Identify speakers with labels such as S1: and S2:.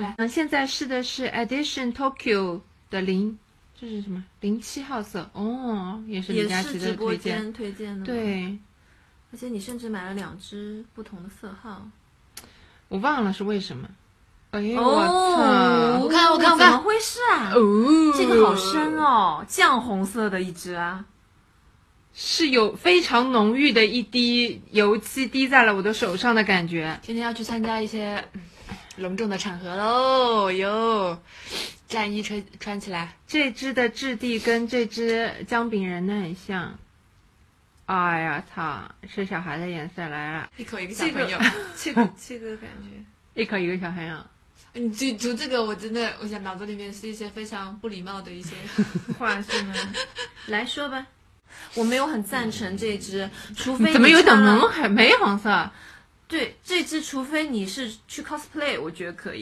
S1: 来。嗯，现在试的是 Edition Tokyo 的零，这是什么？零七号色哦，也是李
S2: 也
S1: 佳
S2: 是
S1: 琦
S2: 直
S1: 的
S2: 播
S1: 推荐。
S2: 间推荐的，，
S1: 对，
S2: 而且你甚至买了两支不同的色号。
S1: 我忘了是为什么。哎呦
S2: 哦，
S1: 我
S3: 我看我看我看
S2: 怎么回事啊
S1: 操！？哦，
S2: 这个好深哦，酱红色的一支啊，
S1: 是有非常浓郁的一滴油漆滴在了我的手上的感觉。
S3: 今天要去参加一些嗯隆重的场合喽哟，战衣穿穿起来，
S1: 这支的质地跟这支姜饼人的很像。哎呀操！是小孩的颜色来了，
S3: 一口一个小
S2: 这
S3: 朋
S2: 个
S3: 友。
S2: 这个这个感觉。
S1: 一口一个小朋啊友。
S3: 你读读这个，我真的，我想脑子里面是一些非常不礼貌的一些。
S2: 话是吗？来说吧，我没有很赞成这支，除非你
S1: 怎么有点啊
S2: 穿了
S1: 萌？还没黄色？
S2: 对，这支除非你是去 cosplay，我觉得可以。